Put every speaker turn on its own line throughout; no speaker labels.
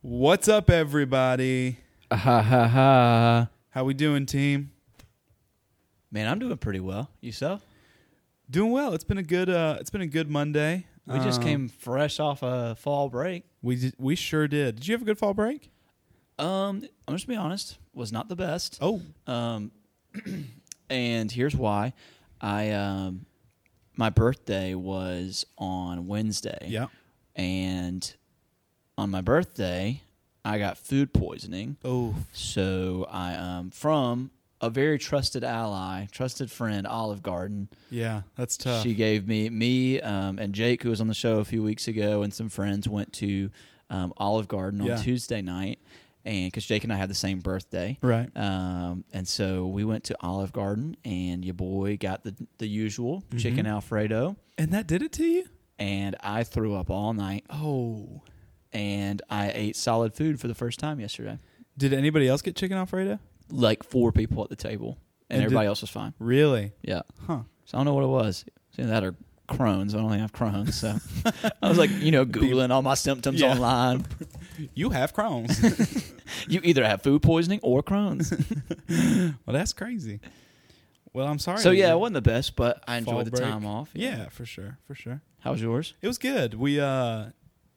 What's up, everybody?
Ha ha ha.
How we doing, team?
Man, I'm doing pretty well. Yourself?
Doing well. It's been a good. Uh, it's been a good Monday.
We just
Um,
came fresh off a fall break.
We did, we sure did. Did you have a good fall break?
Um, I'm just gonna be honest, was not the best.
Oh,
Um, and here's why. I um, my birthday was on Wednesday.
yeah.
And on my birthday, I got food poisoning.
Oh,
So I am from a very trusted ally, trusted friend, Olive Garden.
yeah. That's tough.
She gave me me um, and Jake, who was on the show a few weeks ago, and some friends went to um, Olive Garden on
Yeah.
Tuesday night, and because Jake and I had the same birthday,
right.
um, and so we went to Olive Garden, and your boy got the the usual
Mm-hmm.
chicken Alfredo,
And that did it to you?
and I threw up all night,
Oh.
and I ate solid food for the first time yesterday,
Did anybody else get chicken Alfredo?
like four people at the table, and,
And did-
everybody else was fine.
Really?
Yeah,
Huh.
So I don't know what it was. It's Either that or Crohn's. I don't think I have Crohn's. So I was like, you know, Googling all my symptoms
Yeah.
online.
You have Crohn's.
You either have food poisoning or Crohn's.
well, that's crazy. Well, I'm sorry.
so
that
yeah, it
you-
wasn't the best, but I
Fall
enjoyed the
break.
time off.
Yeah, for sure. For sure.
How was yours?
It was good. We uh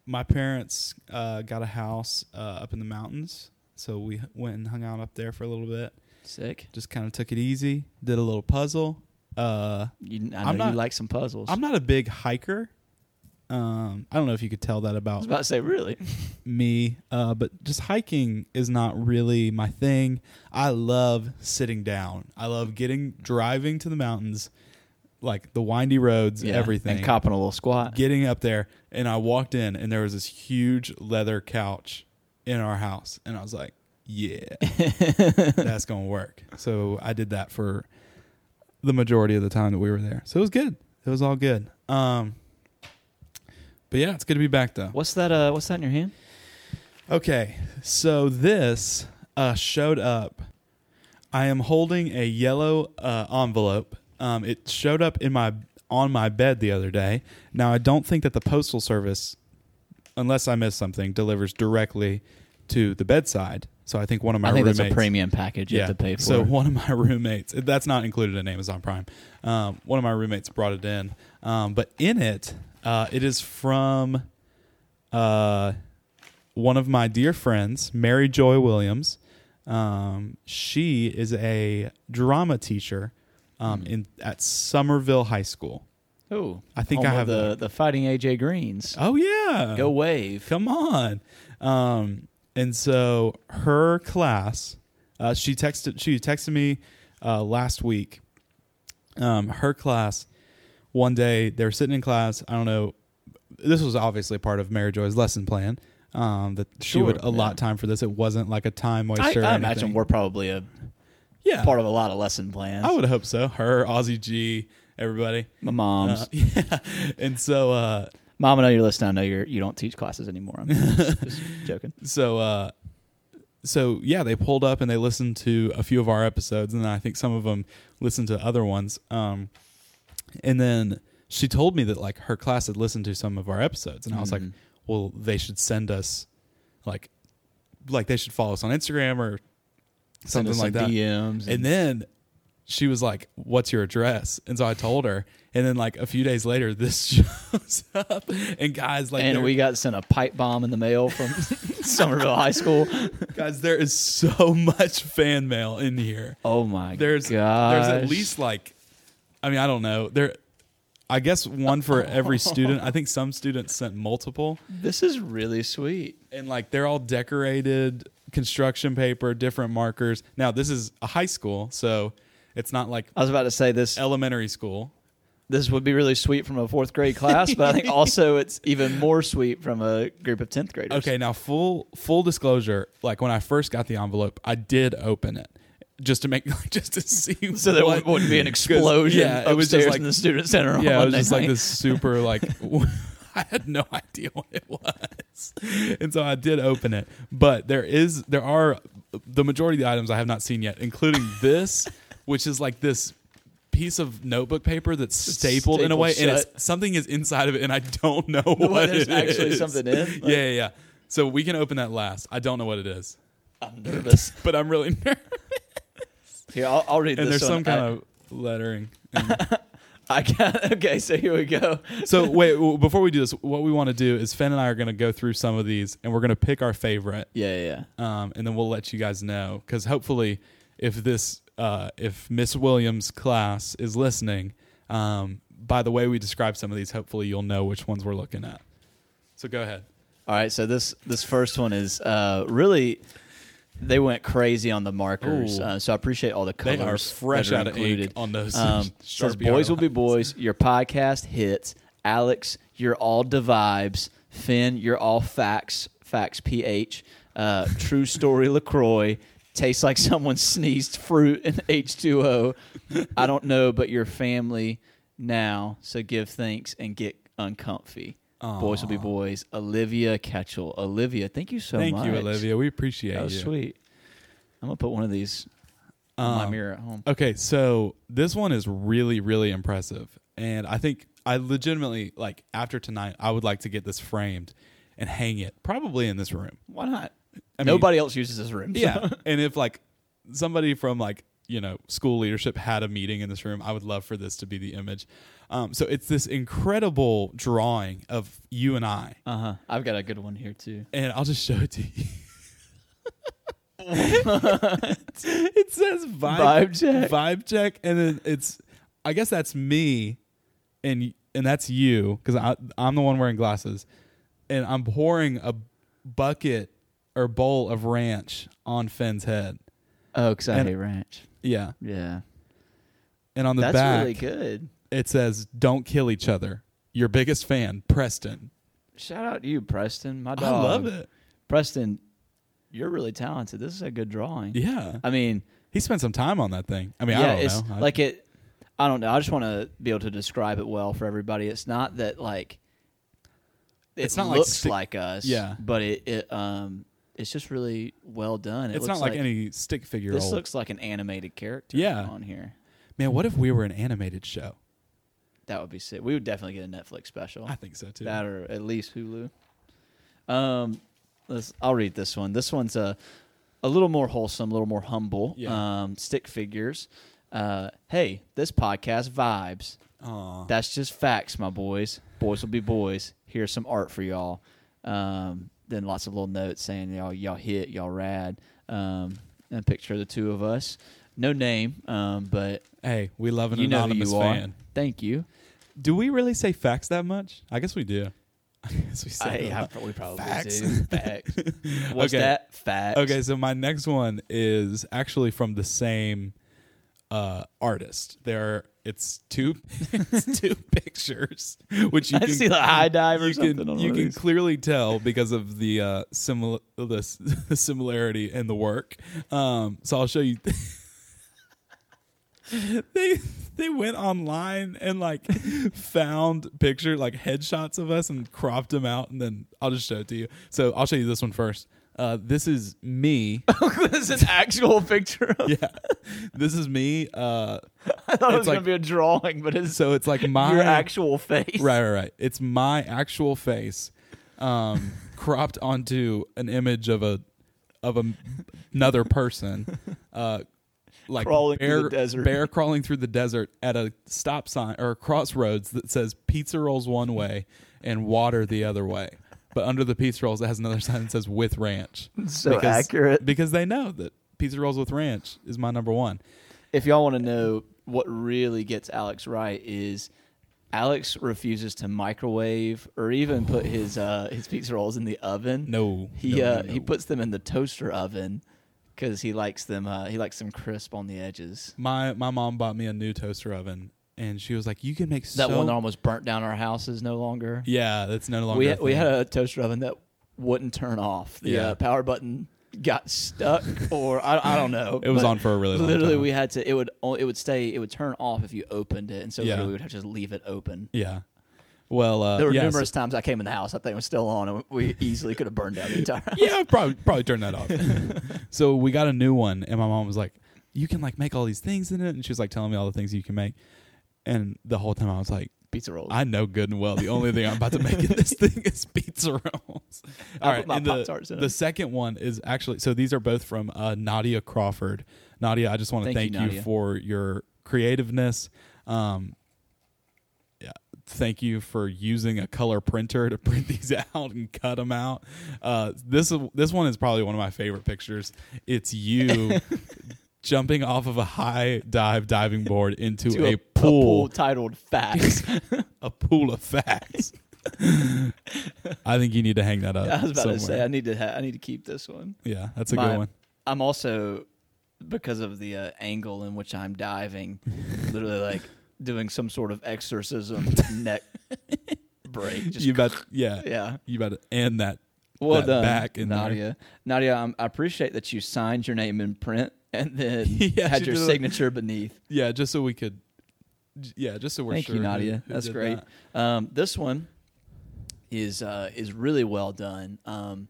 my parents uh got a house uh up in the mountains. So we h- went and hung out up there for a little bit.
Sick.
Just kind of took it easy, did a little puzzle. Uh
You, I know
I'm not-
you like some puzzles.
I'm not a big hiker. Um I don't know if you could tell that
I was
about
about to say, really?
me, uh but just hiking is not really my thing. I love sitting down. I love getting driving to the mountains like the windy roads, everything.
And copping a little squat.
getting up there and I walked in and there was this huge leather couch in our house and I was like, yeah, that's going to work. So I did that for the majority of the time that we were there. So it was good. It was all good. Um but yeah, it's good to be back though.
What's that? Uh, what's that in your hand?
Okay. So this uh showed up. I am holding a yellow uh envelope. Um it showed up in my on my bed the other day. Now I don't think that the postal service unless I miss something delivers directly to the bedside. So I think one of my
I think
roommates
that's a premium package you
yeah.
have to pay for.
So one of my roommates, that's not included in Amazon Prime. Um, one of my roommates brought it in, um, but in it, uh, it is from uh, one of my dear friends, Mary Joy Williams. Um, she is a drama teacher um,
Hmm.
in at Somerville High School.
Ooh,
I think
home
I
of
have
the
that.
the fighting AJ Greens.
Oh yeah,
Go wave.
Come on. Um, and so her class, uh, she texted she texted me uh, last week. Um, her class, one day they were sitting in class. I don't know. This was obviously part of Mary Joy's lesson plan. Um, that she
Sure,
would allot
yeah.
time for this. It wasn't like a time
I,
waster. or
I imagine
anything.
we're probably a
yeah.
part of a lot of lesson plans.
I would hope so. Her, Aussie G, everybody.
My mom's.
Uh, yeah. And so uh,
Mom, I know you're listening. I know you're you don't teach classes anymore. I'm just, just joking.
so uh so yeah they pulled up and they listened to a few of our episodes and i think some of them listened to other ones um and then she told me that like her class had listened to some of our episodes and i was like
Mhm.
well they should send us like like they should follow us on instagram or
Send
something
us
like
some
that
DMs and,
and then she was like, "What's your address?" And so I told her, and then like a few days later, this shows up, and guys like
and
they're-
we got sent a pipe bomb in the mail from Somerville High School.
Guys, there is so much fan mail in here.
Oh my
There's
gosh.
there's at least like I mean, I don't know. There I guess one for every student. I think some students sent multiple
this is really sweet.
and like they're all decorated construction paper, different markers. Now, this is a high school, so it's not like
I was about to say this
elementary school.
this would be really sweet from a fourth grade class, but I think also it's even more sweet from a group of tenth graders.
Okay, now full full disclosure, like when I first got the envelope, I did open it just to make just to see
So there
what,
wouldn't be an explosion
yeah, it was just
upstairs
like-
in the student center. On
yeah, it was
Monday
just like
night.
this super like I had no idea what it was, and so I did open it. But there is there are the majority of the items I have not seen yet, including this, which is like this piece of notebook paper that's stapled, in a
stapled
way, and
shut.
it's, something is inside of it, and I don't know
What
what
there's
it
actually
is.
something in? Like-
yeah, yeah, yeah. So we can open that last. I don't know what it is,
I'm nervous.
but I'm really nervous.
Here, I'll, I'll read
And
this
there's some
one.
kind of lettering. And-
I, I got, okay, so here we go.
so wait, w- before we do this, what we want to do is Finn and I are going to go through some of these, and we're going to pick our favorite,
Yeah, yeah, yeah.
um, and then we'll let you guys know because hopefully, if this, uh, if Miss Williams' class is listening, um, by the way we describe some of these, hopefully you'll know which ones we're looking at. So go ahead.
All right, so this this first one is uh, really they went crazy on the markers.
Ooh.
Uh, so I appreciate all the
They
colors
are fresh
that are
out of
included.
ink on those.
Um, says
Sharpie
boys will be
outlines.
boys. Your podcast hits. Alex, you're all the vibes. Finn, you're all facts. Facts ph. Uh, true story Lacroix tastes like someone sneezed fruit in H2O. I don't know, but your family now. So give thanks and get uncomfy. Boys will be boys. Olivia Ketchel. Olivia, thank you so
Thank
much.
you, Olivia. We appreciate
That was
you.
sweet. I'm gonna put one of these on my
Um,
mirror at home.
Okay, so this one is really, really impressive. And I think I legitimately, like, after tonight, I would like to get this framed and hang it, probably in this room.
Why not?
I mean-
Nobody else uses this room. so-
Yeah. and if, like, somebody from, like, you know, school leadership had a meeting in this room, I would love for this to be the image. Um, so it's this incredible drawing of you and I.
Uh huh. I've got a good one here too.
and I'll just show it to you. it says vibe,
Vibe check.
vibe check, and then it's. I guess that's me, and y- and that's you because I'm the one wearing glasses, and I'm pouring a bucket or bowl of ranch on Finn's head.
Oh, because I
And-
hate ranch.
Yeah,
Yeah,
and on the
that's
back
really good.
it says "Don't kill each other." Your biggest fan, Preston.
Shout out to you, Preston. My dog.
I love it.
Preston. You're really talented. This is a good drawing.
Yeah,
I mean,
he spent some time on that thing. I mean,
yeah,
I don't
it's
know. I-
like it. I don't know. I just want to be able to describe it well for everybody. It's not that like it
It's not like
looks
stick-
like, us.
Yeah.
but it, it um it's just really well done. It
it's
looks
not like, any stick figure.
This
old.
looks like an animated character.
Yeah.
on here.
Man, what if we were an animated show?
That would be sick. We would definitely get a Netflix special.
I think so too.
That or at least Hulu. Um, let's, I'll read this one. This one's a a little more wholesome, a little more humble.
Yeah.
Um, stick figures. Uh, hey, this podcast vibes.
Aw.
That's just facts, my boys. Boys will be boys. Here's some art for y'all. Um, then lots of little notes saying y'all y'all hit, y'all rad. Um, and a picture of the two of us. No name, um, but
hey, we love an
you know who
anonymous
you are.
fan.
Thank you.
Do we really say facts that much? I guess we do. I guess we say. it a
I, I
lot.
pro- we probably
Facts.
do. Facts. What's
Okay.
that? Facts.
Okay, so my next one is actually from the same uh, artist. There, are, it's two, it's two pictures, which you
I
can
see the high dive or
you
something.
can
on
you
one of
can
these.
clearly tell because of the uh, simil- the, s- the similarity in the work. Um, so I'll show you. they they went online and like found picture like headshots of us and cropped them out and then I'll just show it to you. So I'll show you this one first. Uh, this is me.
this is an actual picture. Of,
yeah, this is me. Uh,
I thought it was
like-
gonna be a drawing, but it's
so it's like my
your actual face.
Right, right, right. It's my actual face, um, cropped onto an image of a of a, another person, uh, like
Crawling through
bear,
the desert.
bear crawling through the desert at a stop sign or a crossroads that says pizza rolls one way and water the other way. But under the pizza rolls, it has another sign that says with ranch.
So accurate.
because they know that pizza rolls with ranch is my number one.
If y'all want to know what really gets Alex right is. Alex refuses to microwave or even put his uh, his pizza rolls in the oven.
No,
he
no,
uh,
no,
he
no.
puts them in the toaster oven because he likes them. Uh, he likes them crisp on the edges.
My my mom bought me a new toaster oven, and she was like, "You can make
That
so
one that almost burnt down our house is no longer.
Yeah, that's no longer.
we
a
had, we
thing.
had a toaster oven that wouldn't turn off. The
Yeah.
uh, power button got stuck, or I, I don't know.
It was
But
on for a really long
Literally,
time.
we had to. It would o- it would stay. It would turn off if you opened it, and so
Yeah.
literally we would have to just leave it open.
yeah. Well, uh,
There were
yeah, so-
numerous times I came in the house. That thing was still on, and we easily could have burned down the entire. house.
yeah, probably probably turn that off. so we got a new one, and my mom was like, "You can like make all these things in it," and she was like telling me all the things you can make, and the whole time I was like,
pizza rolls.
I know good and well the only thing I'm about to make in this thing is pizza rolls. All right,
put my
and the,
Pop-Tarts in
the
it.
second one is actually so these are both from uh, Nadia Crawford. Nadia, I just want to thank,
Thank you,
you,
Nadia.
for your creativeness. Um, yeah, thank you for using a color printer to print these out and cut them out. Uh, this this one is probably one of my favorite pictures. It's you. Jumping off of a high dive diving board into
To
a,
pool.
pool
titled Facts.
a pool of facts. I think you need to hang that up.
I was about
somewhere.
to say I need to ha- I need to keep this one.
Yeah, that's a
My-
good one.
I'm also because of the uh, angle in which I'm diving, literally like doing some sort of exorcism neck break. Just
You about yeah.
yeah.
You about to end that.
Well
that
done,
back in there.
Nadia. Nadia, I'm, I appreciate that you signed your name in print and then
Yeah,
had
she
your
did a-
signature beneath.
Yeah, just so we could. j- Yeah, just so we're
Thank
sure.
you,
who-
Nadia.
who
That's
did
great.
that.
Um, this one is uh, is really well done. Um,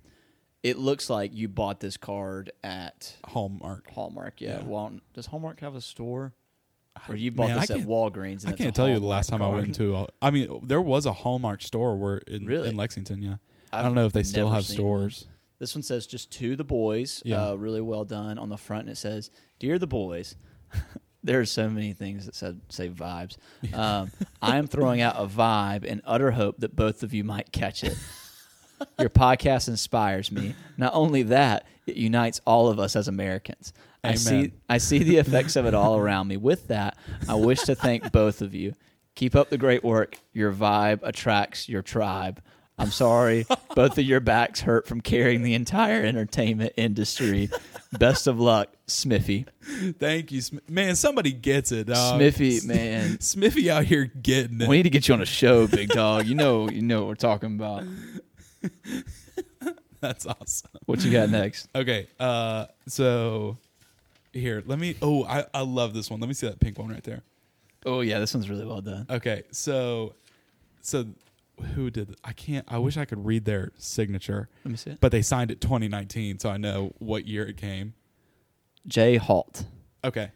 it looks like you bought this card at
Hallmark.
Hallmark. Yeah,
Yeah.
Walton. Does Hallmark have a store? Or you bought
man,
this
I
at
can't-
Walgreens? And
I
it's a
can't tell you the
Hallmark
last time I
card.
went to. a- I mean, there was a Hallmark store where in,
Really?
in Lexington. Yeah, I've I
I've
do not know if they still
never
have
seen
stores.
This one says just to the boys.
Yeah.
Uh, really well done on the front. And it says, Dear the boys, there are so many things that said, say vibes. Um, I am throwing out a vibe in utter hope that both of you might catch it. Your podcast inspires me. Not only that, it unites all of us as Americans. I
Amen.
see I see the effects of it all around me. With that, I wish to thank both of you. Keep up the great work. Your vibe attracts your tribe. I'm sorry, both of your backs hurt from carrying the entire entertainment industry. Best of luck, Smithy.
Thank you, Sm- man. Somebody gets it. dog.
Smithy, man.
Smithy out here getting it.
We need to get you on a show, big dog. You know, you know what we're talking about.
That's awesome.
What you got next?
Okay. Uh, so here, let me. Oh, I, I love this one. Let me see that pink one right there.
Oh yeah, this one's really well done.
Okay. So, so who did? I can't. I wish I could read their signature,
Let me see it.
but they signed it 2019, so I know what year it came.
Jay Halt,
Okay.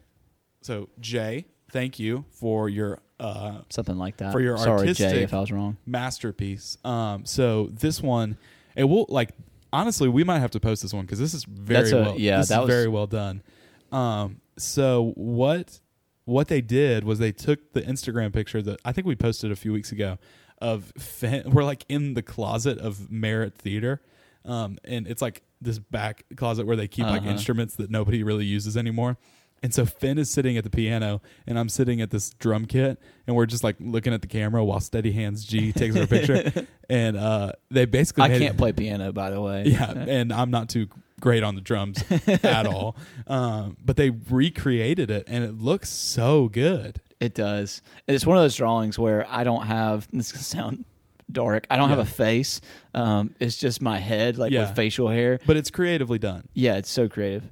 So Jay, thank you for your uh,
something like that.
For your
sorry, Jay,
artistic-
if I was wrong.
masterpiece. Um, so this one, it will like honestly, we might have to post this one because this is very
That's a-
well.
yeah,
this
that
is
was-
very well done. Um, so what what they did was they took the Instagram picture that I think we posted a few weeks ago of Finn, we're like in the closet of Merritt Theater, um, and it's like this back closet where they keep like
Uh-huh.
instruments that nobody really uses anymore. And so Finn is sitting at the piano, and I'm sitting at this drum kit, and we're just like looking at the camera while Steady Hands G takes her picture. And uh, they basically
I
made it-
can't play piano, by the way.
yeah, and I'm not too great on the drums at all. Um, but they recreated it, and it looks so good.
It does. And It's one of those drawings where I don't have. This is gonna sound dark. I don't have
Yeah.
a face. Um, it's just my head, like
Yeah.
with facial hair.
But it's creatively done.
Yeah, it's so creative.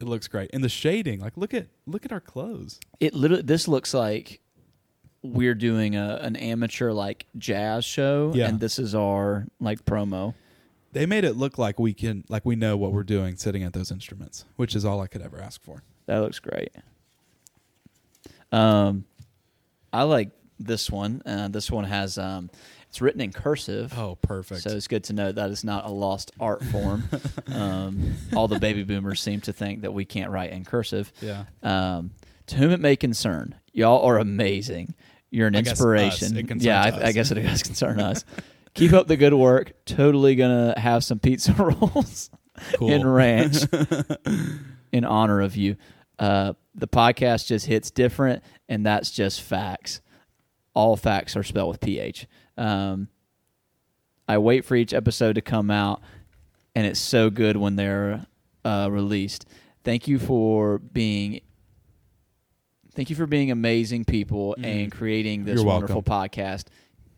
It looks great, and the shading. Like, look at look at our clothes.
It literally. This looks like we're doing a, an amateur like jazz show,
Yeah.
and this is our like promo.
They made it look like we can, like we know what we're doing sitting at those instruments, which is all I could ever ask for.
That looks great. Um, I like this one. Uh, this one has um, it's written in cursive.
Oh, perfect.
So it's good to know that it's not a lost art form. um, all the baby boomers seem to think that we can't write in cursive.
yeah,
Um, to whom it may concern, y'all are amazing. You're an
I guess us.
inspiration.
It concerns
yeah,
us.
I, I guess it does concern us. Keep up the good work. Totally gonna have some pizza rolls
cool.
in ranch in honor of you. Uh, the podcast just hits different, and that's just facts. All facts are spelled with ph. Um, I wait for each episode to come out, and it's so good when they're uh, released. Thank you for being. Thank you for being amazing people and creating
Mm-hmm.
this
You're welcome.
wonderful podcast.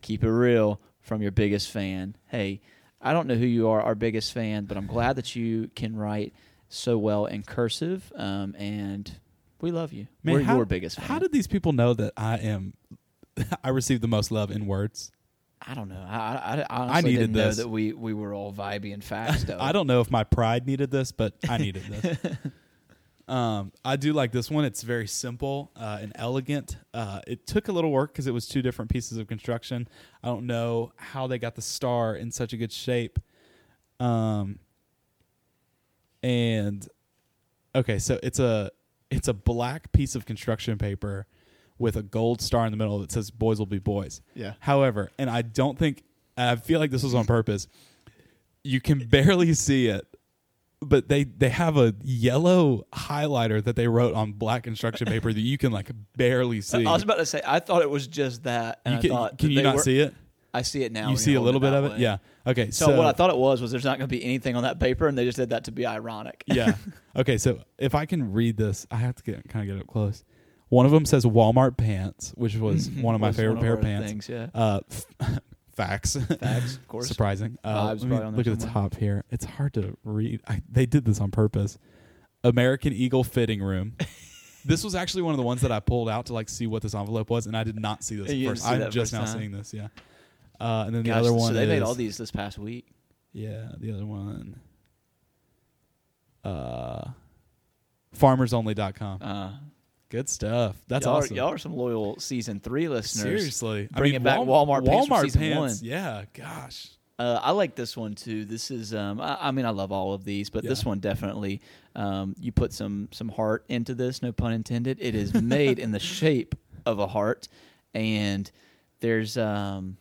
Keep it real from your biggest fan. Hey, I don't know who you are, our biggest fan, but I'm glad that you can write so well in cursive. Um, and we love you.
Man,
We're
how-
your biggest fan.
How did these people know that I am? I receive the most love in words.
I don't know. I, I, I honestly
needed
didn't know
this.
that we, we were all vibey and fast.
I don't know if my pride needed this, but I needed this. Um, I do like this one. It's very simple uh, and elegant. Uh, it took a little work because it was two different pieces of construction. I don't know how they got the star in such a good shape. Um, and okay, so it's a it's a black piece of construction paper with a gold star in the middle that says "Boys will be boys."
Yeah.
However, and I don't think and I feel like this was on purpose. You can barely see it, but they they have a yellow highlighter that they wrote on black construction paper that you can like barely see.
I was about to say I thought it was just that, and
you can,
I thought
can
that
you
they
not
were-
see it?
I see it now.
You
when
see a
hold
little
it
bit
that
of it,
way.
yeah. Okay,
So, what I thought it was was there's not going to be anything on that paper, and they just did that to be ironic.
yeah. Okay, so if I can read this, I have to get kind of get up close. One of them says Walmart pants, which was one of my
Was
favorite
one
pair of
our
pants.
Things, yeah.
Uh, f- facts.
Facts, of course.
Surprising. Uh,
Vibes
let me
probably on there
look at the
somewhere.
top here. It's hard to read. I, they did this on purpose. American Eagle fitting room. this was actually one of the ones that I pulled out to like see what this envelope was, and I did not see this
You
at
didn't
first.
see
I'm
that
just
first
now
time.
seeing this. Yeah. Uh, and then the
Gosh,
other one.
So they made
is-
all these this past week.
Yeah, the other one. Uh, farmersonly.com.
Uh,
Good stuff. That's
y'all,
awesome.
Are, y'all are some loyal season three listeners.
Seriously,
Bringing back Walmart pants from season one.
Yeah, gosh.
Uh, I like this one too. This is, um, I, I mean, I love all of these, but this
Yeah.
one definitely, um, you put some some heart into this. No pun intended. It is made in the shape of a heart, and there's, um,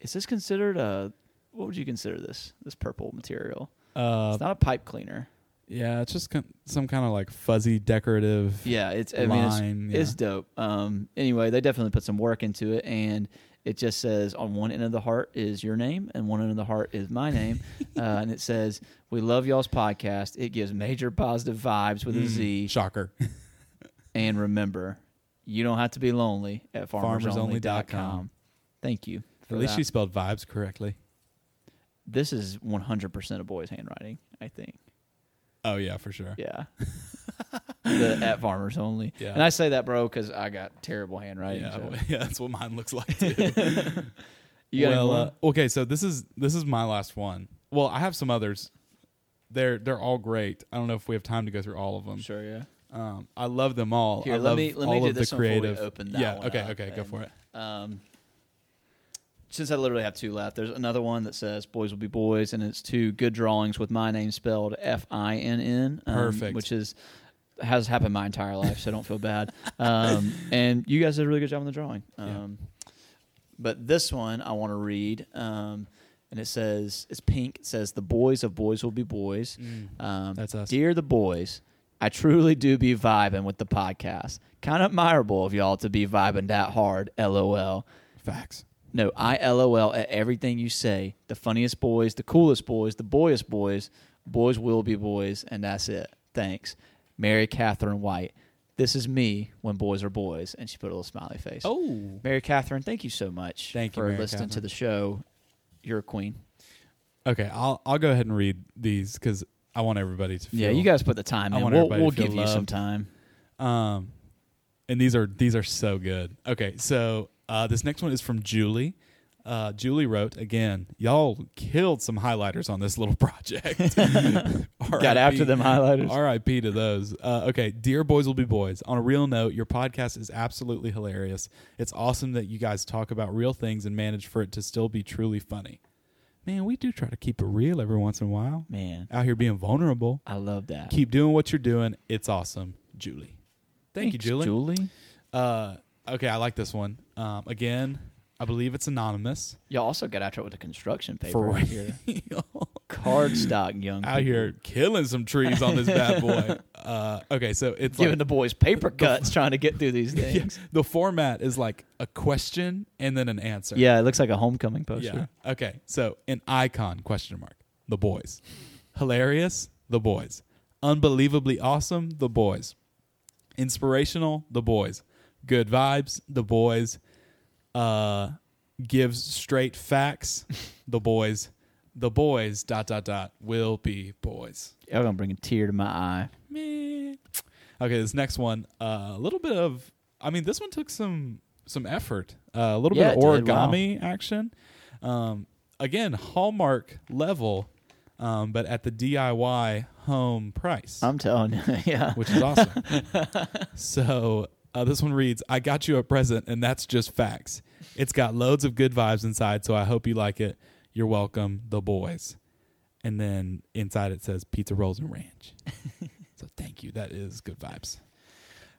is this considered a? What would you consider this? This purple material?
Uh,
it's not a pipe cleaner.
yeah, it's just kin- some kind of like fuzzy decorative.
Yeah, it's. I mean, it's,
line,
it's
yeah.
dope. Um, anyway, they definitely put some work into it, and it just says on one end of the heart is your name, and one end of the heart is my name, uh, and it says we love y'all's podcast. It gives major positive vibes
Mm.
with a Z,
Mm-hmm. Shocker.
and remember, you don't have to be lonely at farmersonly.com.
FarmersOnly.com.
Thank you. For
At least
that.
you spelled vibes correctly.
this is 100% a boy's handwriting, I think.
Oh yeah, for sure.
Yeah. the at farmers only.
Yeah.
And I say that, bro, because I got terrible handwriting.
yeah,
so.
well, yeah, that's what mine looks like too.
You got any
well,
more?
uh, okay, so this is this is my last one. Well, I have some others. They're they're all great. I don't know if we have time to go through all of them.
Sure, yeah.
Um, I love them all.
Here,
I
let
love
me- let me
all
do
of
this
the
one before we
creative.
open that
yeah.
one
okay.
up
okay. Go
and-
for it.
Um, since I literally have two left, there's another one that says "Boys will be boys," and it's two good drawings with my name spelled F I N N. um,
Perfect.
Which is has happened my entire life, so don't feel bad. Um, and you guys did a really good job on the drawing.
Yeah.
Um, But this one I want to read, um, and it says it's pink. It says "The boys of boys will be boys." Um,
Mm. That's us.
Dear the boys, I truly do be vibing with the podcast. Kind of admirable of y'all to be vibing that hard. LOL.
Facts.
No, I LOL at everything you say. The funniest boys, the coolest boys, the boyest boys, boys will be boys, and that's it. Thanks. Mary Catherine White. This is me when boys are boys. And she put a little smiley face.
Oh.
Mary Catherine, thank you so much
Thank you,
for
Mary
listening to
Catherine.
the show. You're a queen.
Okay. I'll I'll go ahead and read these because I want everybody to. Feel
Yeah, you guys put the time
I
in.
want
We'll,
everybody to
we'll
feel
give you some
loved.
time.
Um, and these are these are so good. Okay, so uh, this next one is from Julie. Uh, Julie wrote again. Y'all killed some highlighters on this little project.
Got after them highlighters.
R.I.P. to those. Uh, okay, dear boys will be boys. On a real note, your podcast is absolutely hilarious. It's awesome that you guys talk about real things and manage for it to still be truly funny. Man, we do try to keep it real every once in a while.
Man,
Out here being vulnerable.
I love that.
Keep doing what you're doing. It's awesome, Julie. Thank you,
Thanks,
Julie.
Julie.
Uh, okay, I like this one. Um, again, I believe it's anonymous.
Y'all also got after it with the construction paper.
For
right here.
real.
Cardstock, young.
Out
people.
here killing some trees on this bad boy. Uh, okay, so it's
Giving
like,
the boys paper cuts trying to get through these
yeah,
things.
the format is like a question and then an answer.
Yeah, it looks like a homecoming
Yeah.
poster.
Okay. So an icon question mark. The boys. Hilarious, the boys. Unbelievably awesome, the boys. Inspirational, the boys. Good vibes, the boys. Uh gives straight facts, the boys. The boys dot dot dot will be boys.
Y'all gonna bring a tear to my eye.
Meh. Okay, this next one, uh, a little bit of, I mean, this one took some some effort, uh, a little
Yeah,
bit of
it did. Wow.
origami action. Um, again, Hallmark level um, but at the DIY home price,
I'm telling you, yeah.
which is awesome. so uh, this one reads I got you a present, and that's just facts. It's got loads of good vibes inside, so I hope you like it. You're welcome, the boys. And then inside it says pizza rolls and ranch. so thank you. That is good vibes.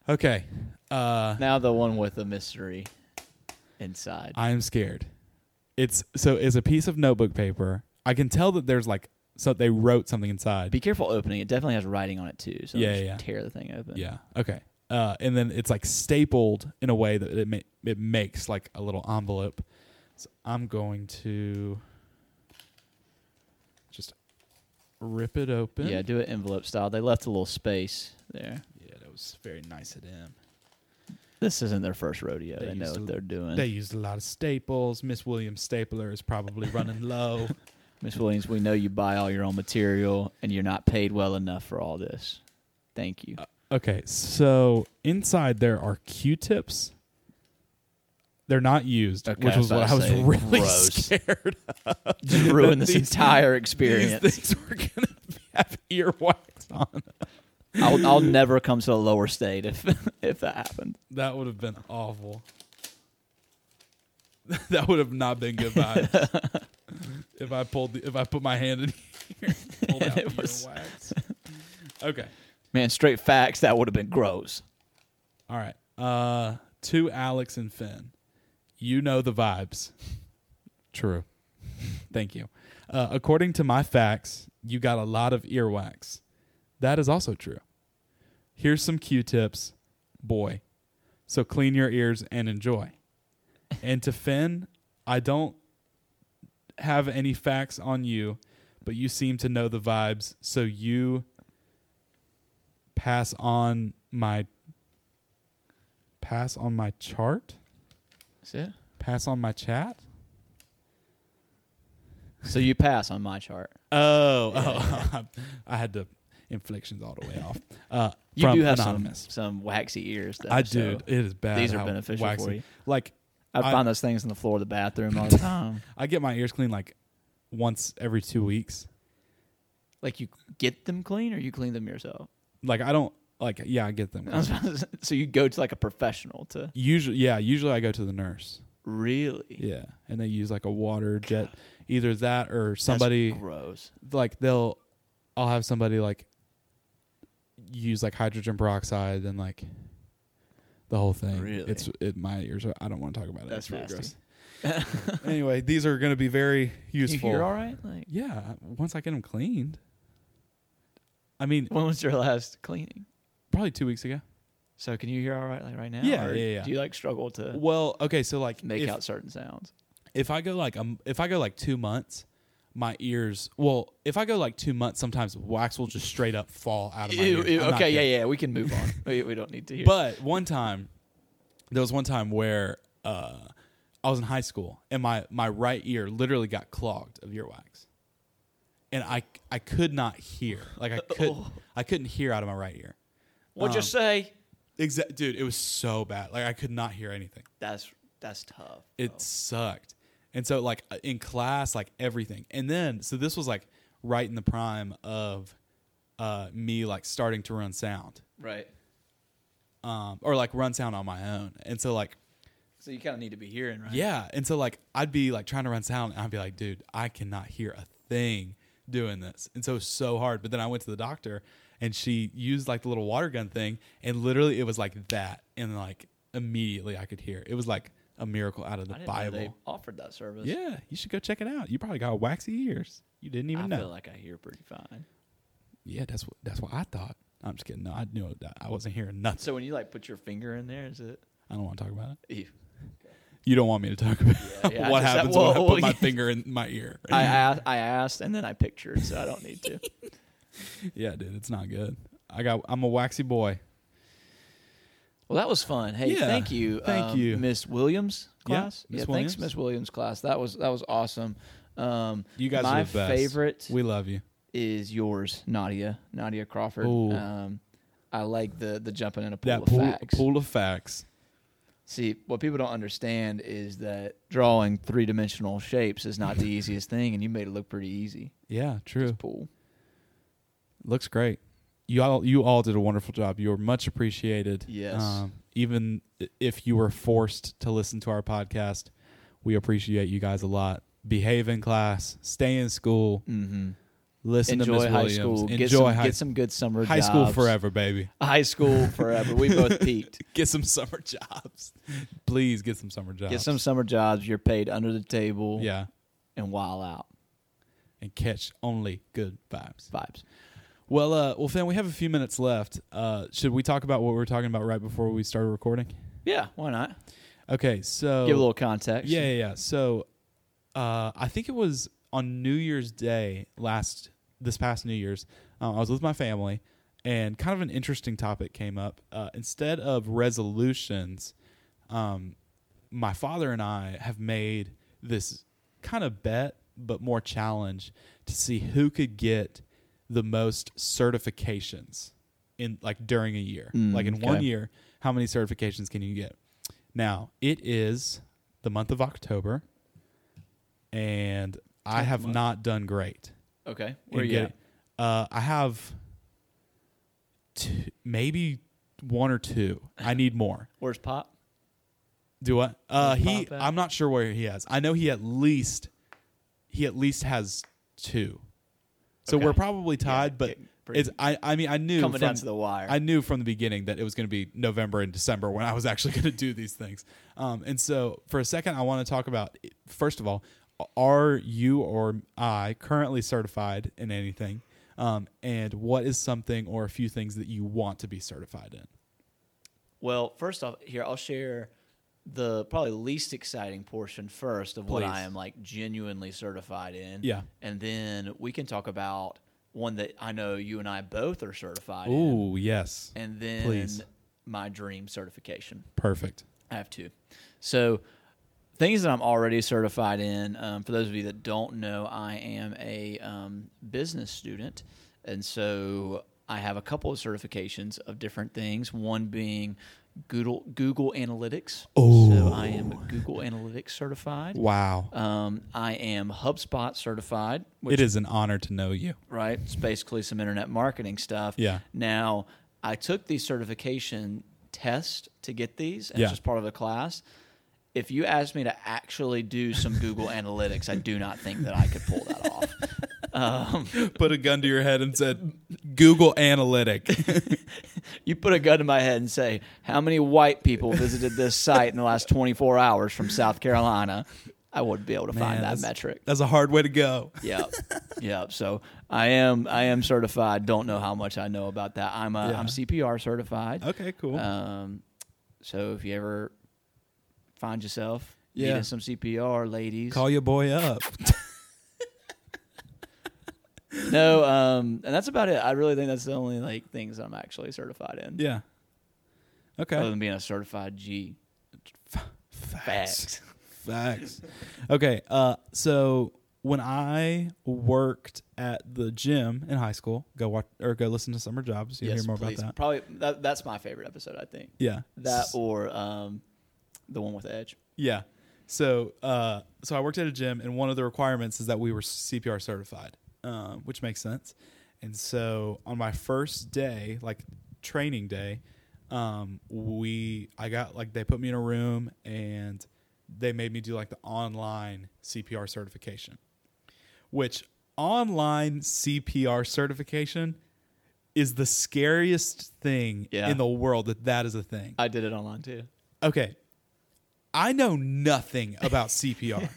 Okay. Uh,
Now the one with the mystery inside.
I am scared. It's so it's a piece of notebook paper. I can tell that there's like so they wrote something inside.
Be careful opening. It definitely has writing on it too. So
Yeah,
just
yeah.
tear the thing open.
yeah. Okay. Uh, and then it's like stapled in a way that it ma- it makes like a little envelope. So I'm going to just rip it open.
Yeah, do it envelope style. They left a little space there.
Yeah, that was very nice of them.
This isn't their first rodeo.
They
They, know
used
what
to-
they're doing.
They used a lot of staples. Miss Williams stapler is probably running low.
Miss Williams, we know you buy all your own material and you're not paid well enough for all this. Thank you.
Okay, so inside there are Q-tips. They're not used,
Okay,
which
I was
was what I
about to
was
say,
really
gross.
scared.
Just ruin this
these-
entire
These
experience.
things were gonna have earwax on.
I'll, I'll never come to a lower state if if that happened.
That would have been awful. That would have not been good vibes. if I pulled, the, if I put my hand in here, and pulled out
It was-
earwax. Okay,
Man, straight facts, that would have been gross.
all right. Uh, to Alex and Finn, you know the vibes. True. Thank you. Uh, according to my facts, you got a lot of earwax. That is also true. Here's some Q tips, boy. So clean your ears and enjoy. And to Finn, I don't have any facts on you, but you seem to know the vibes. So you pass on my pass on my chart
That's it.
pass on my chat
So you pass on my chart.
Oh, oh, I had to inflections all the way off. Uh,
You
from
do have some,
anonymous.
some waxy ears. Though,
I
so
do. It is bad.
These are
how
beneficial
waxy-
for you.
Like
I,
I-
find those things on the floor of the bathroom all the time.
I get my ears cleaned like once every two weeks.
like you get them clean or you clean them yourself.
Like I don't like. Yeah, I get them.
I was about to say- so you go to like a professional to
Usually, yeah. Usually, I go to the nurse.
really.
Yeah, and they use like a water jet, either that or
That's
somebody
gross.
like they'll. I'll have somebody like use like hydrogen peroxide and like the whole thing.
Really?
It's it. My ears. Are, I don't want to talk about it. it's
That's
really
nasty.
gross. anyway, these are going to be very useful.
You, are all right. Like
yeah, once I get them cleaned. I mean,
when was your last cleaning?
probably two weeks ago.
So can you hear all right like right now?
Yeah,
or
yeah, yeah.
Do you like struggle to
Well, okay, so like
Uh. make
if,
out certain sounds?
if I go like um, if I go like two months, my ears. Well, if I go like two months, sometimes wax will just straight up fall out of my ears. I'm not
okay,
kidding.
yeah, yeah. We can move on. we, we don't need to hear.
But one time, there was one time where uh, I was in high school and my, my right ear literally got clogged of earwax, and I I could not hear. Like I could I couldn't hear out of my right ear.
what'd you say?
Exact, dude. It was so bad. Like I could not hear anything.
That's that's tough.
It sucked. And so like uh, in class, like everything. And then so this was like right in the prime of uh, me like starting to run sound,
right.
um, or like run sound on my own. And so like
So you kind of need to be hearing, right?
Yeah. And so like I'd be like trying to run sound and I'd be like, dude, I cannot hear a thing doing this. And so it was so hard. But then I went to the doctor and she used like the little water gun thing and literally it was like that and like immediately I could hear. It was like a miracle out of the
I didn't know they
Bible.
offered that service.
Yeah, you should go check it out. You probably got waxy ears. You didn't even
I
know.
feel like I hear pretty fine.
yeah, that's what that's what I thought. I'm just kidding. No, I knew that I wasn't hearing nothing.
So when you like put your finger in there, is it?
I don't want to talk about it.
Ew.
You don't want me to talk about
yeah, I
what
just-
happens
well,
when I
well,
put my
yeah.
finger in my ear.
I asked, I asked, and then I pictured, so I don't need to.
Yeah, dude, it's not good. I got. I'm a waxy boy.
Well, that was fun. Hey,
Yeah.
thank you,
Thank
um,
you.
Miss Williams
Yeah,
class.
Miss Williams.
thanks, Miss Williams class. That was that was awesome. Um,
You guys
my
are the best.
favorite
We love you.
is yours, Nadia, Nadia Crawford.
Ooh.
Um, I like the the jumping in a pool
That
of
pool,
facts.
pool of facts.
See, what people don't understand is that drawing three dimensional shapes is not the easiest thing, and you made it look pretty easy.
Yeah, true.
pool.
Looks great. You all, you all did a wonderful job. You were much appreciated. Um,
Yes.
even i- if you were forced to listen to our podcast, we appreciate you guys a lot. Behave in class. Stay in school.
Mm-hmm.
Listen to
Enjoy
Ms.
high
Williams.
school.
Enjoy
get, some,
high,
get some good summer
high school
jobs.
forever, baby.
High school forever. We both peaked.
Get some summer jobs. Please get some summer jobs.
Get some summer jobs. You're paid under the table
Yeah.
and while out
And catch only good vibes.
vibes.
Well, uh, well, Finn, we have a few minutes left. Uh, should we talk about what we were talking about right before we started recording?
Yeah, why not?
Okay, so
Give a little context.
yeah, yeah, yeah. So, uh, I think it was on New Year's Day last this past New Year's. Uh, I was with my family, and kind of an interesting topic came up. Uh, instead of resolutions, um, my father and I have made this kind of bet, but more challenge to see who could get the most certifications in like during a year.
Mm,
like in one
okay.
year, how many certifications can you get? Now it is the month of October, and I
Tough
have
month.
not done great.
Okay. Where
in
you at?
getting- Uh, I have two, maybe one or two. I need more.
Where's Pop?
Do what? Uh,
Where's
he.
Pop at?
I'm not sure where he has. I know he at least, he at least has two. So
Okay.
we're probably tied, but
getting pretty-
it's. I. I mean, I knew
Coming down
from-
to the wire.
I knew from the beginning that it was going to be November and December when I was actually going to do these things. Um, and so for a second, I want to talk about first of all, are you or I currently certified in anything? Um, and what is something or a few things that you want to be certified in?
Well, first off, here I'll share the probably least exciting portion first of what
Please.
I am like genuinely certified in.
Yeah.
And then we can talk about one that I know you and I both are certified in.
Ooh, yes,
And then
please.
my dream certification.
perfect.
I have two. So, things that I'm already certified in. Um, for those of you that don't know, I am a um, business student, and so I have a couple of certifications of different things. One being Google Google Analytics. so I am Google Analytics certified.
Wow,
Um, I am HubSpot certified, which
it is an honor to know you.
right? It's basically some internet marketing stuff.
Yeah.
Now, I took the certification test to get these, and
Yeah.
it's just part of the class. If you asked me to actually do some Google Analytics, I do not think that I could pull that off.
Put a gun to your head and said, "Google Analytic."
You put a gun to my head and say, How many white people visited this site in the last 24 hours from South Carolina? I wouldn't be able to
Man,
find that
that's-
metric.
That's a hard way to go.
yeah yeah so i am i am certified don't know how much i know about that i'm a,
Yeah.
i'm cpr certified
Okay, cool.
um so if you ever find yourself
Yeah.
needing some cpr ladies
Call your boy up.
no um and that's about it i really think that's the only like things i'm actually certified in
yeah. Okay.
other than being a certified g
Facts.
facts
Facts. Okay. Uh, so when I worked at the gym in high school, go watch or go listen to Summer Jobs. You will hear more
please.
about that.
probably that, that's my favorite episode i think
Yeah.
that or um the one with edge
Yeah. So, uh, so I worked at a gym, and one of the requirements is that we were CPR certified, um, which makes sense. And so, on my first day, like training day, um, we I got like they put me in a room and they made me do like the online CPR certification, which online CPR certification is the scariest thing
Yeah.
in the world that that is a thing
i did it online too
okay, I know nothing about CPR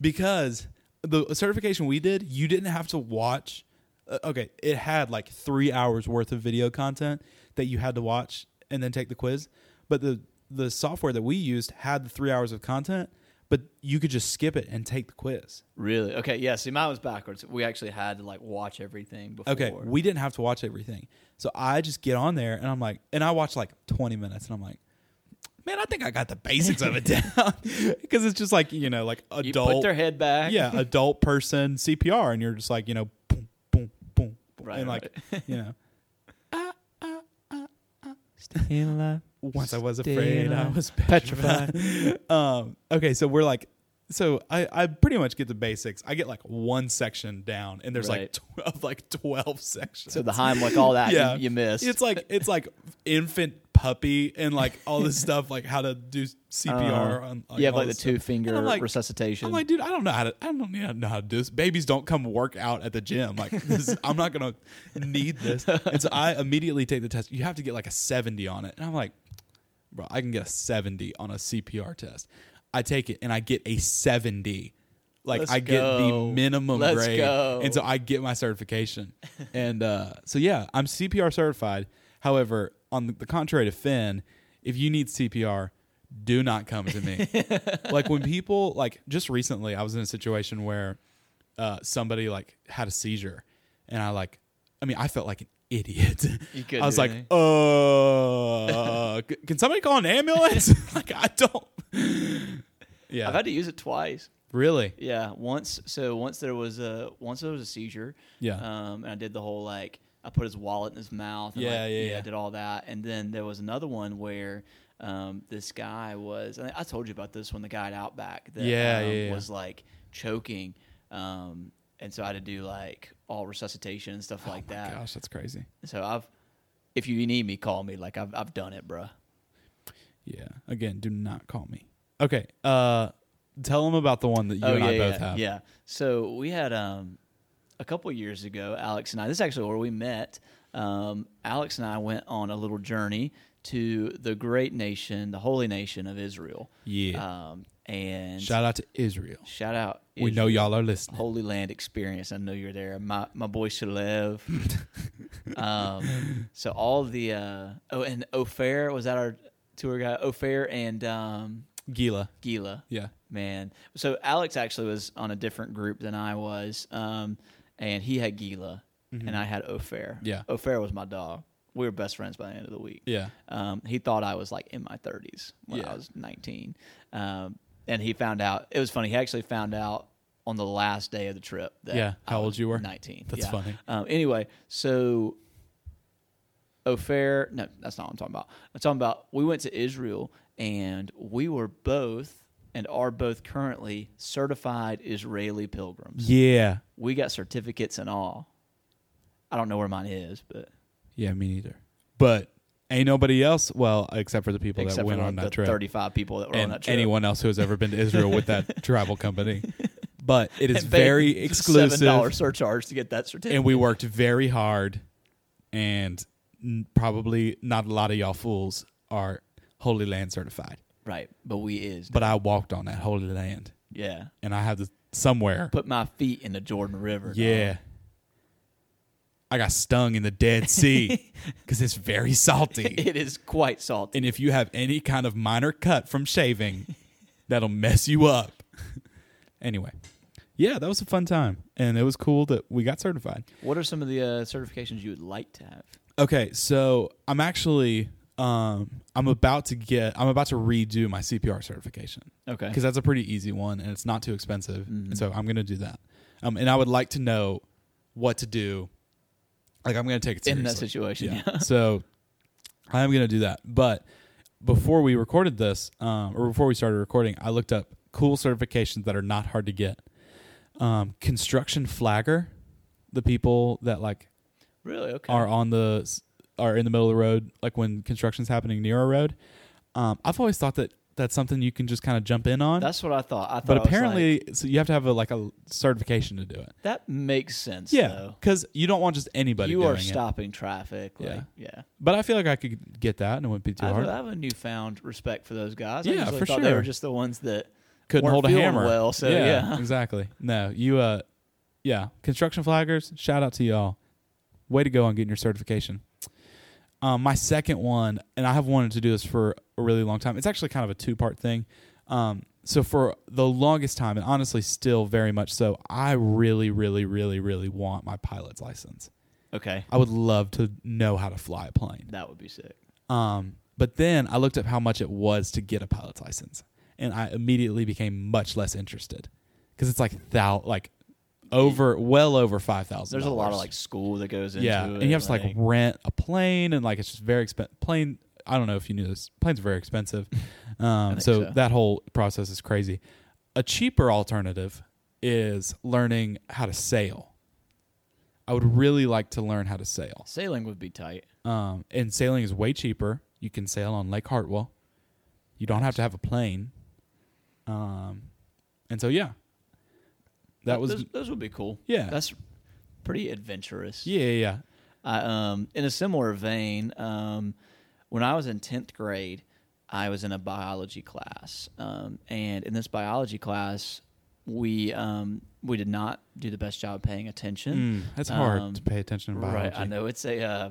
because the certification we did, you didn't have to watch. uh, okay, it had like three hours worth of video content that you had to watch and then take the quiz. But the the software that we used had the three hours of content, but you could just skip it and take the quiz.
Really? Okay. Yeah. See, mine was backwards. We actually had to like watch everything before.
Okay, we didn't have to watch everything. So I just get on there and I'm like, and I watch like 20 minutes and I'm like, man, I think I got the basics of it down. Because it's just like, you know, like
you
adult,
put their head back.
yeah, adult person CPR. And you're just like, you know, boom, boom, boom. boom
Right, Uh,
and like, you know, once I was
Stay uh,
afraid, I
alive.
was petrified. um, okay, so we're like so I, I pretty much get the basics. I get like one section down, and there's
Right.
like tw- of like twelve sections.
So the Heimlich, all that you, you missed.
It's like it's like infant puppy and like all this stuff, like how to do CPR.
Uh,
on,
you have
all
like the
this stuff.
two finger
And I'm like-
resuscitation.
I'm like, dude, I don't know how to. I don't need to know how to do this. Babies don't come work out at the gym. Like, this, I'm not gonna need this. And so I immediately take the test. You have to get like a 70 on it, and I'm like, bro, I can get a 70 on a CPR test. I take it and I get a 70. Like
Let's
I get
go.
the minimum
Let's
grade,
go.
and so I get my certification. and uh, so yeah, I'm CPR certified. However, on the contrary to Finn, if you need CPR, do not come to me. like when people like just recently, I was in a situation where uh, somebody like had a seizure, and I like, I mean, I felt like an idiot.
You couldn't
I was
do
like,
anything.
uh, c- can somebody call an ambulance? like I don't. Yeah,
I've had to use it twice.
really.
Yeah, once. So once there was a once there was a seizure.
Yeah.
Um, and I did the whole like I put his wallet in his mouth. And,
Yeah,
like,
yeah,
I
yeah.
did all that, and then there was another one where. Um, this guy was, and I told you about this one, the guy at Outback that
Yeah,
um,
yeah, yeah.
was like choking. Um, and so I had to do like all resuscitation and
Oh
stuff like that.
Gosh, that's crazy.
So I've, if you need me, call me. Like I've, I've done it, bruh.
Yeah. Again, do not call me. Okay. Uh, tell them about the one that you and
Oh, yeah,
I both
yeah,
have.
yeah. So we had um, a couple years ago, Alex and I. This is actually where we met. Um, Alex and I went on a little journey to the great nation, the holy nation of Israel.
Yeah.
Um, and shout,
Shout out to Israel.
out.
We know
Israel.
y'all are listening.
Holy Land experience. I know you're there. My my boy Shalev. um, so all the uh, oh and Ofair was that our tour guy Ofair and um,
Gila.
Gila.
Yeah.
Man. So Alex actually was on a different group than I was. Um, and he had Gila and I had O'Fair.
Yeah.
O'Fair was my dog. We were best friends by the end of the week.
Yeah.
Um, he thought I was like in my 30s when I
Yeah.
was 19. Um, and he found out, it was funny. He actually found out on the last day of the trip that
Yeah.
I
How old
was
you were?
19.
That's
Yeah.
funny.
Um, anyway, so Ofair, no, that's not what I'm talking about. I'm talking about we went to Israel and we were both and are both currently certified Israeli pilgrims.
Yeah.
We got certificates and all. I don't know where mine is, but
Yeah. Me neither. But ain't nobody else. Well, except for the people that
except for
went on
the
that trip
35 people that were on
and
that trip.
anyone else who has ever been to Israel with that travel company. But it is
And paid
very
$7
exclusive,
surcharge to get that certificate.
and we worked very hard, and n- probably not a lot of y'all fools are Holy Land certified.
right, but we is.
but I walked on that holy land,
yeah.
and I have to somewhere.
Put my feet in the Jordan River. dog.
yeah, I got stung in the Dead Sea because it's very salty,
It is quite salty.
and if you have any kind of minor cut from shaving, that'll mess you up. anyway, yeah, that was a fun time, and it was cool that we got certified.
What are some of the uh, certifications you would like to have?
Okay, so I'm actually um, I'm about to get I'm about to redo my CPR certification.
Okay. Mm-hmm.
because that's a pretty easy one and it's not too expensive. And so I'm going to do that. Um, and I would like to know what to do. Like I'm going to take it
In
seriously.
that situation,
so I am going to do that. But before we recorded this, um, or before we started recording, I looked up cool certifications that are not hard to get. Um, construction flagger, the people that like
Really? Okay.
are on the are in the middle of the road, like when construction's happening near a road. Um, I've always thought that that's something you can just kind of jump in on.
That's what I thought. I thought
But
I was like,
apparently, so you have to have a like a certification to do it.
that makes sense.
Yeah,
though.
because you don't want just anybody.
you
doing
are
it.
stopping traffic. Like, yeah,
Yeah.
yeah.
But I feel like I could get that, and it wouldn't be too
I, have, I
hard.
have a newfound respect for those guys. I
Yeah,
usually
for
thought they
sure.
were just the ones that
Couldn't
weren't
hold a
feeling
hammer.
well, so yeah.
exactly. No, you. uh Yeah, construction flaggers. Shout out to y'all. Way to go on getting your certification. Um, my second one, and I have wanted to do this for a really long time. It's actually kind of a two part thing. Um, so for the longest time, and honestly, still very much so, I really, really, really, really want my pilot's license.
okay,
I would love to know how to fly a plane.
that would be sick.
Um, but then I looked up how much it was to get a pilot's license, and I immediately became much less interested because it's like thou like over well over five thousand.
There's a lot of like school that goes into
yeah,
it.
and you have to like rent a plane, and like it's just very expensive. Plane, I don't know if you knew this. Planes are very expensive, um,
think
so,
so.
that whole process is crazy. a cheaper alternative is learning how to sail. I would really like to learn how to sail.
Sailing would be tight.
Um, and sailing is way cheaper. You can sail on Lake Hartwell. You don't have to have a plane. Um, and so yeah, that was
those, those would be cool.
Yeah.
that's pretty adventurous.
yeah yeah yeah.
I, um, in a similar vein, um, when I was in tenth grade, I was in a biology class, um, and in this biology class, we um, we did not do the best job paying attention.
Mm, that's hard
Um,
to pay attention to biology.
Right, I know it's a. Uh,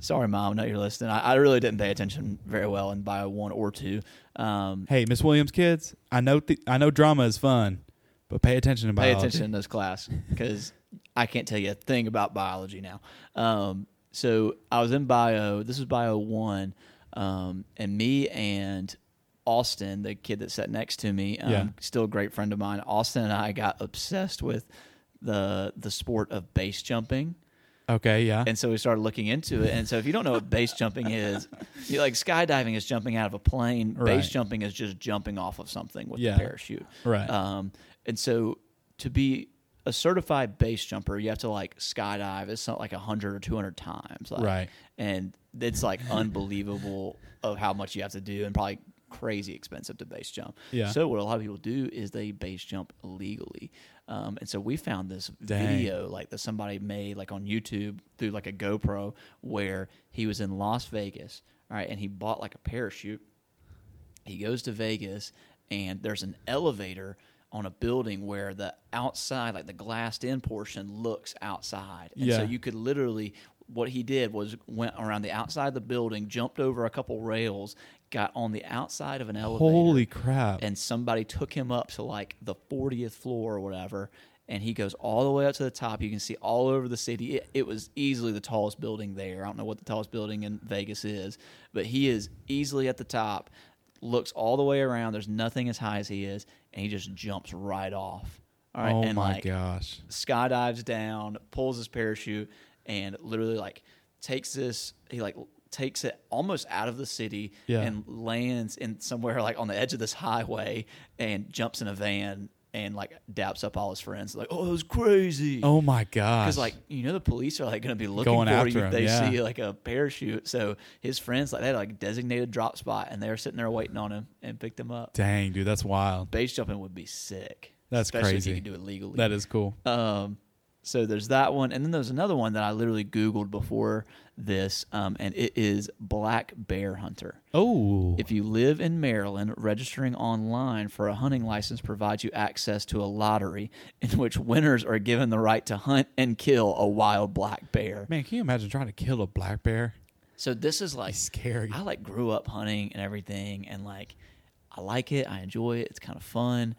sorry, mom, I know you're listening. I, I really didn't pay attention very well in bio one or two. Um,
Hey, Miss Williams, kids, I know th- I know drama is fun, but pay attention to
pay
biology.
attention in this class because I can't tell you a thing about biology now. Um, so I was in bio. This was bio one, um, and me and Austin, the kid that sat next to me, um,
Yeah.
still a great friend of mine. Austin and I got obsessed with the the sport of base jumping.
Okay, yeah.
And so we started looking into it. And so if you don't know what base jumping is, you like skydiving is jumping out of a plane. Base
Right.
jumping is just jumping off of something with
Yeah.
a parachute.
Right.
Um, and so to be a certified base jumper, you have to like skydive. It's not like hundred or two hundred times. Like,
Right.
And it's like unbelievable of how much you have to do and probably crazy expensive to base jump.
Yeah.
So what a lot of people do is they base jump illegally. Um, and so we found this
Dang.
video video, like that somebody made like on YouTube through like a GoPro where he was in Las Vegas, all right, and he bought like a parachute. He goes to Vegas and there's an elevator on a building where the outside, like the glassed in portion, looks outside. And so
Yeah.
you could literally what he did was went around the outside of the building, jumped over a couple rails, got on the outside of an elevator
Holy crap!
and somebody took him up to like the 40th floor or whatever and he goes all the way up to the top you can see all over the city it, it was easily the tallest building there i don't know what the tallest building in vegas is but he is easily at the top looks all the way around there's nothing as high as he is and he just jumps right off all right
oh
and
my
like
gosh!
skydives down, pulls his parachute, and literally like takes this. He like takes it almost out of the city
Yeah.
and lands in somewhere like on the edge of this highway and jumps in a van and like daps up all his friends like, "Oh, it was crazy."
Oh my gosh!
Because like you know the police are like going to be looking
Going
for
after
you
him,
if they
yeah.
see like a parachute. So his friends like they had like designated drop spot and they were sitting there waiting on him and picked him up.
dang, dude, that's wild.
Base jumping would be sick.
That's
especially
crazy.
If you could do it legally.
That is cool.
Um, so there's that one, and then there's another one that I literally Googled before this, um, and it is Black Bear Hunter.
Oh,
If you live in Maryland, registering online for a hunting license provides you access to a lottery in which winners are given the right to hunt and kill a wild black bear.
man, can you imagine trying to kill a black bear?
So this is like
It's scary.
I like grew up hunting and everything, and like I like it. I enjoy it. It's kind of fun.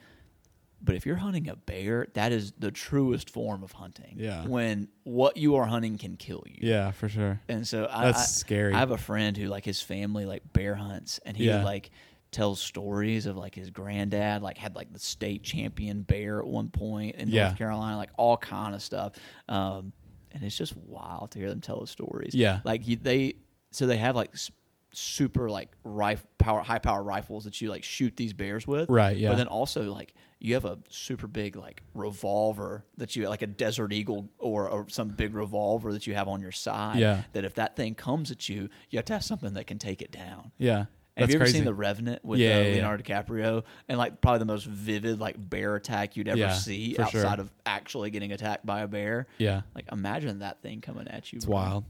But if you're hunting a bear, that is the truest form of hunting.
Yeah.
When what you are hunting can kill you.
yeah, for sure.
And so I,
That's
I-
scary.
I have a friend who like his family like bear hunts, and he
Yeah.
like tells stories of like his granddad like had like the state champion bear at one point in
Yeah.
North Carolina, like all kind of stuff. Um, and it's just wild to hear them tell those stories.
Yeah.
like you, they so they have like s- super like rif- power high power rifles that you like shoot these bears with.
Right, yeah.
But then also like you have a super big like revolver that you like a Desert Eagle or, or some big revolver that you have on your side.
Yeah.
That if that thing comes at you, you have to have something that can take it down.
Yeah,
Have
that's
you ever
crazy.
seen The Revenant with
Yeah,
uh,
yeah, yeah.
Leonardo DiCaprio and like probably the most vivid like bear attack you'd ever
Yeah,
see
for sure.
outside of actually getting attacked by a bear?
Yeah.
Like imagine that thing coming at you.
It's wild.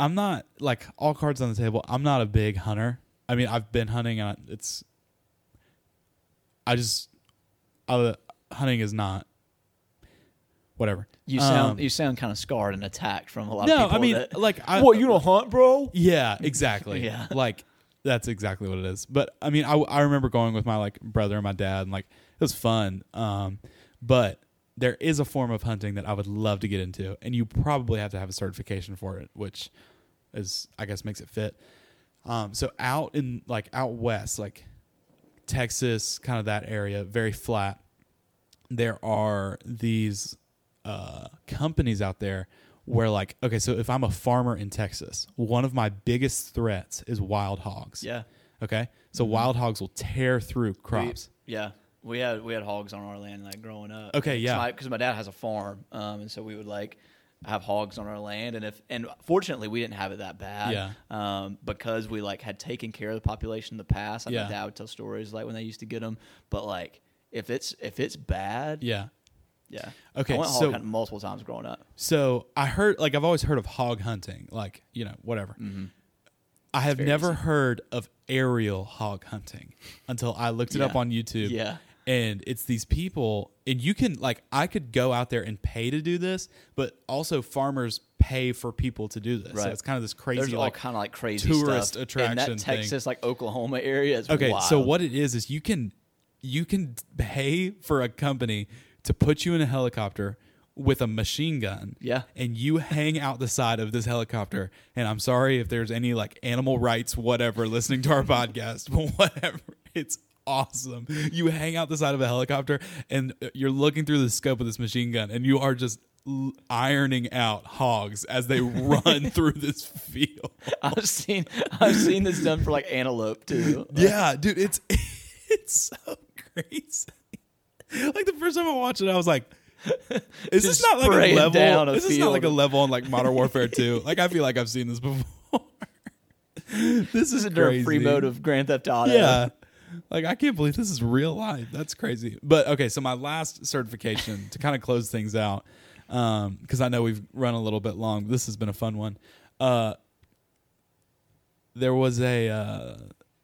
I'm not like all cards on the table. I'm not a big hunter. I mean, I've been hunting and I- it's I just uh, hunting is not whatever.
You sound
Um,
you sound kind of scarred and attacked from a lot
No,
of people.
I mean,
that-
like, I-
what you don't hunt, bro?
yeah, exactly.
Yeah.
Like that's exactly what it is. But I mean, I I remember going with my like brother and my dad and like it was fun. Um but there is a form of hunting that I would love to get into and you probably have to have a certification for it, which is I guess makes it fit. Um, so out in like out west, like Texas, kind of that area, very flat. There are these uh, companies out there where, like, okay, so if I'm a farmer in Texas, one of my biggest threats is wild hogs.
Yeah.
Okay. So wild hogs will tear through crops.
Yeah. We had we had hogs on our land like growing up.
Okay, yeah.
Because my, dad has a farm, um, and so we would like have hogs on our land, and if and fortunately we didn't have it that bad.
Yeah.
Um, because we like had taken care of the population in the past. I
Yeah.
My dad would tell stories like when they used to get them, but like if it's if it's bad,
Yeah.
yeah.
Okay,
I went hog
so-
hunting multiple times growing up.
So I heard, like, I've always heard of hog hunting, like, you know, whatever. I have
Mm-hmm. very
never heard of aerial hog hunting until I looked it up
Yeah.
on YouTube.
Yeah.
And it's these people, and you can, like, I could go out there and pay to do this, but also farmers pay for people to do this. So
Right.
it's kind of this crazy,
There's all
like,
kind of like crazy
tourist
stuff.
attraction
in that
thing.
Texas like Oklahoma area. It's
Okay, so
wild.
what it is is you can you can pay for a company to put you in a helicopter with a machine gun.
Yeah.
And you hang out the side of this helicopter. And I'm sorry if there's any like animal rights whatever listening to our podcast, but whatever. It's awesome. You hang out the side of a helicopter and uh, you're looking through the scope of this machine gun and you are just l- ironing out hogs as they run through this field.
I've seen I've seen this done for like antelope too.
Yeah, dude, it's it's so crazy. Like the first time I watched it, I was like, "Is this
Just
not like a
spraying
level?
down a
is this not like a
field.
level on like Modern Warfare 2? Like I feel like I've seen this before. this is
This is
crazy.
during free mode of Grand Theft Auto.
yeah. Uh, Like I can't believe this is real life. That's crazy. But okay, so my last certification to kind of close things out, because I know we've run a little bit long. This has been a fun one. Uh, there was a uh,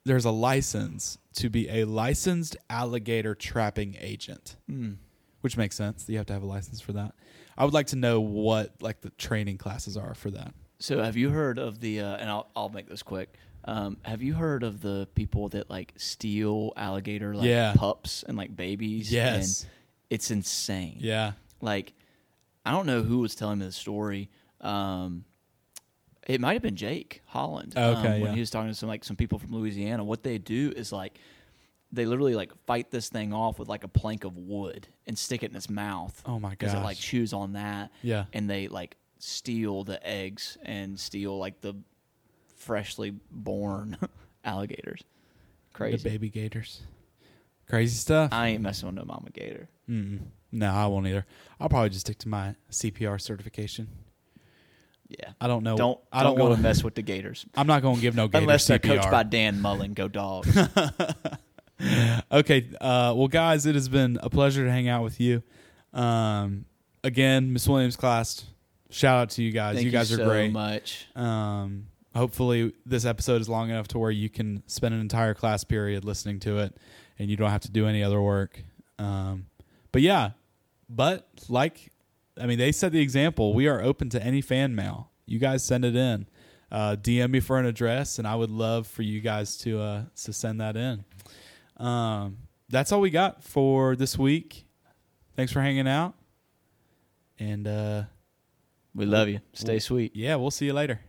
there's a license to be a licensed alligator trapping agent,
Hmm.
which makes sense. You have to have a license for that. I would like to know what like the training classes are for that.
So have you heard of the? Uh, and I'll I'll make this quick. Um, have you heard of the people that like steal alligator like
Yeah.
pups and like babies?
Yes.
And it's insane.
Yeah,
Like, I don't know who was telling me the story. Um, it might have been Jake Holland. um,
Okay,
when
yeah.
he was talking to some like some people from Louisiana, what they do is like they literally like fight this thing off with like a plank of wood and stick it in its mouth.
Oh my
'cause It, like
gosh.
chews on that.
Yeah.
And they like steal the eggs and steal like the freshly born alligators.
the
Crazy.
baby gators, crazy stuff.
I ain't messing with no mama gator.
Mm-mm. No, I won't either. I'll probably just stick to my CPR certification.
Yeah.
I don't know.
Don't
I
don't,
don't,
go
want
and mess with the gators.
I'm not going to give no gator
Unless they're
CPR.
coached by Dan Mullen, go dogs.
okay. Uh, well, guys, it has been a pleasure to hang out with you. Um, again, Miss Williams class. Shout out to you guys.
Thank
you guys are
so
great.
much.
Um, hopefully, this episode is long enough to where you can spend an entire class period listening to it, and you don't have to do any other work. Um, but yeah, but like, I mean, they set the example. We are open to any fan mail. You guys send it in. Uh, DM me for an address, and I would love for you guys to uh, to send that in. Um, that's all we got for this week. Thanks for hanging out, and uh,
We love you. Stay sweet.
yeah, we'll see you later.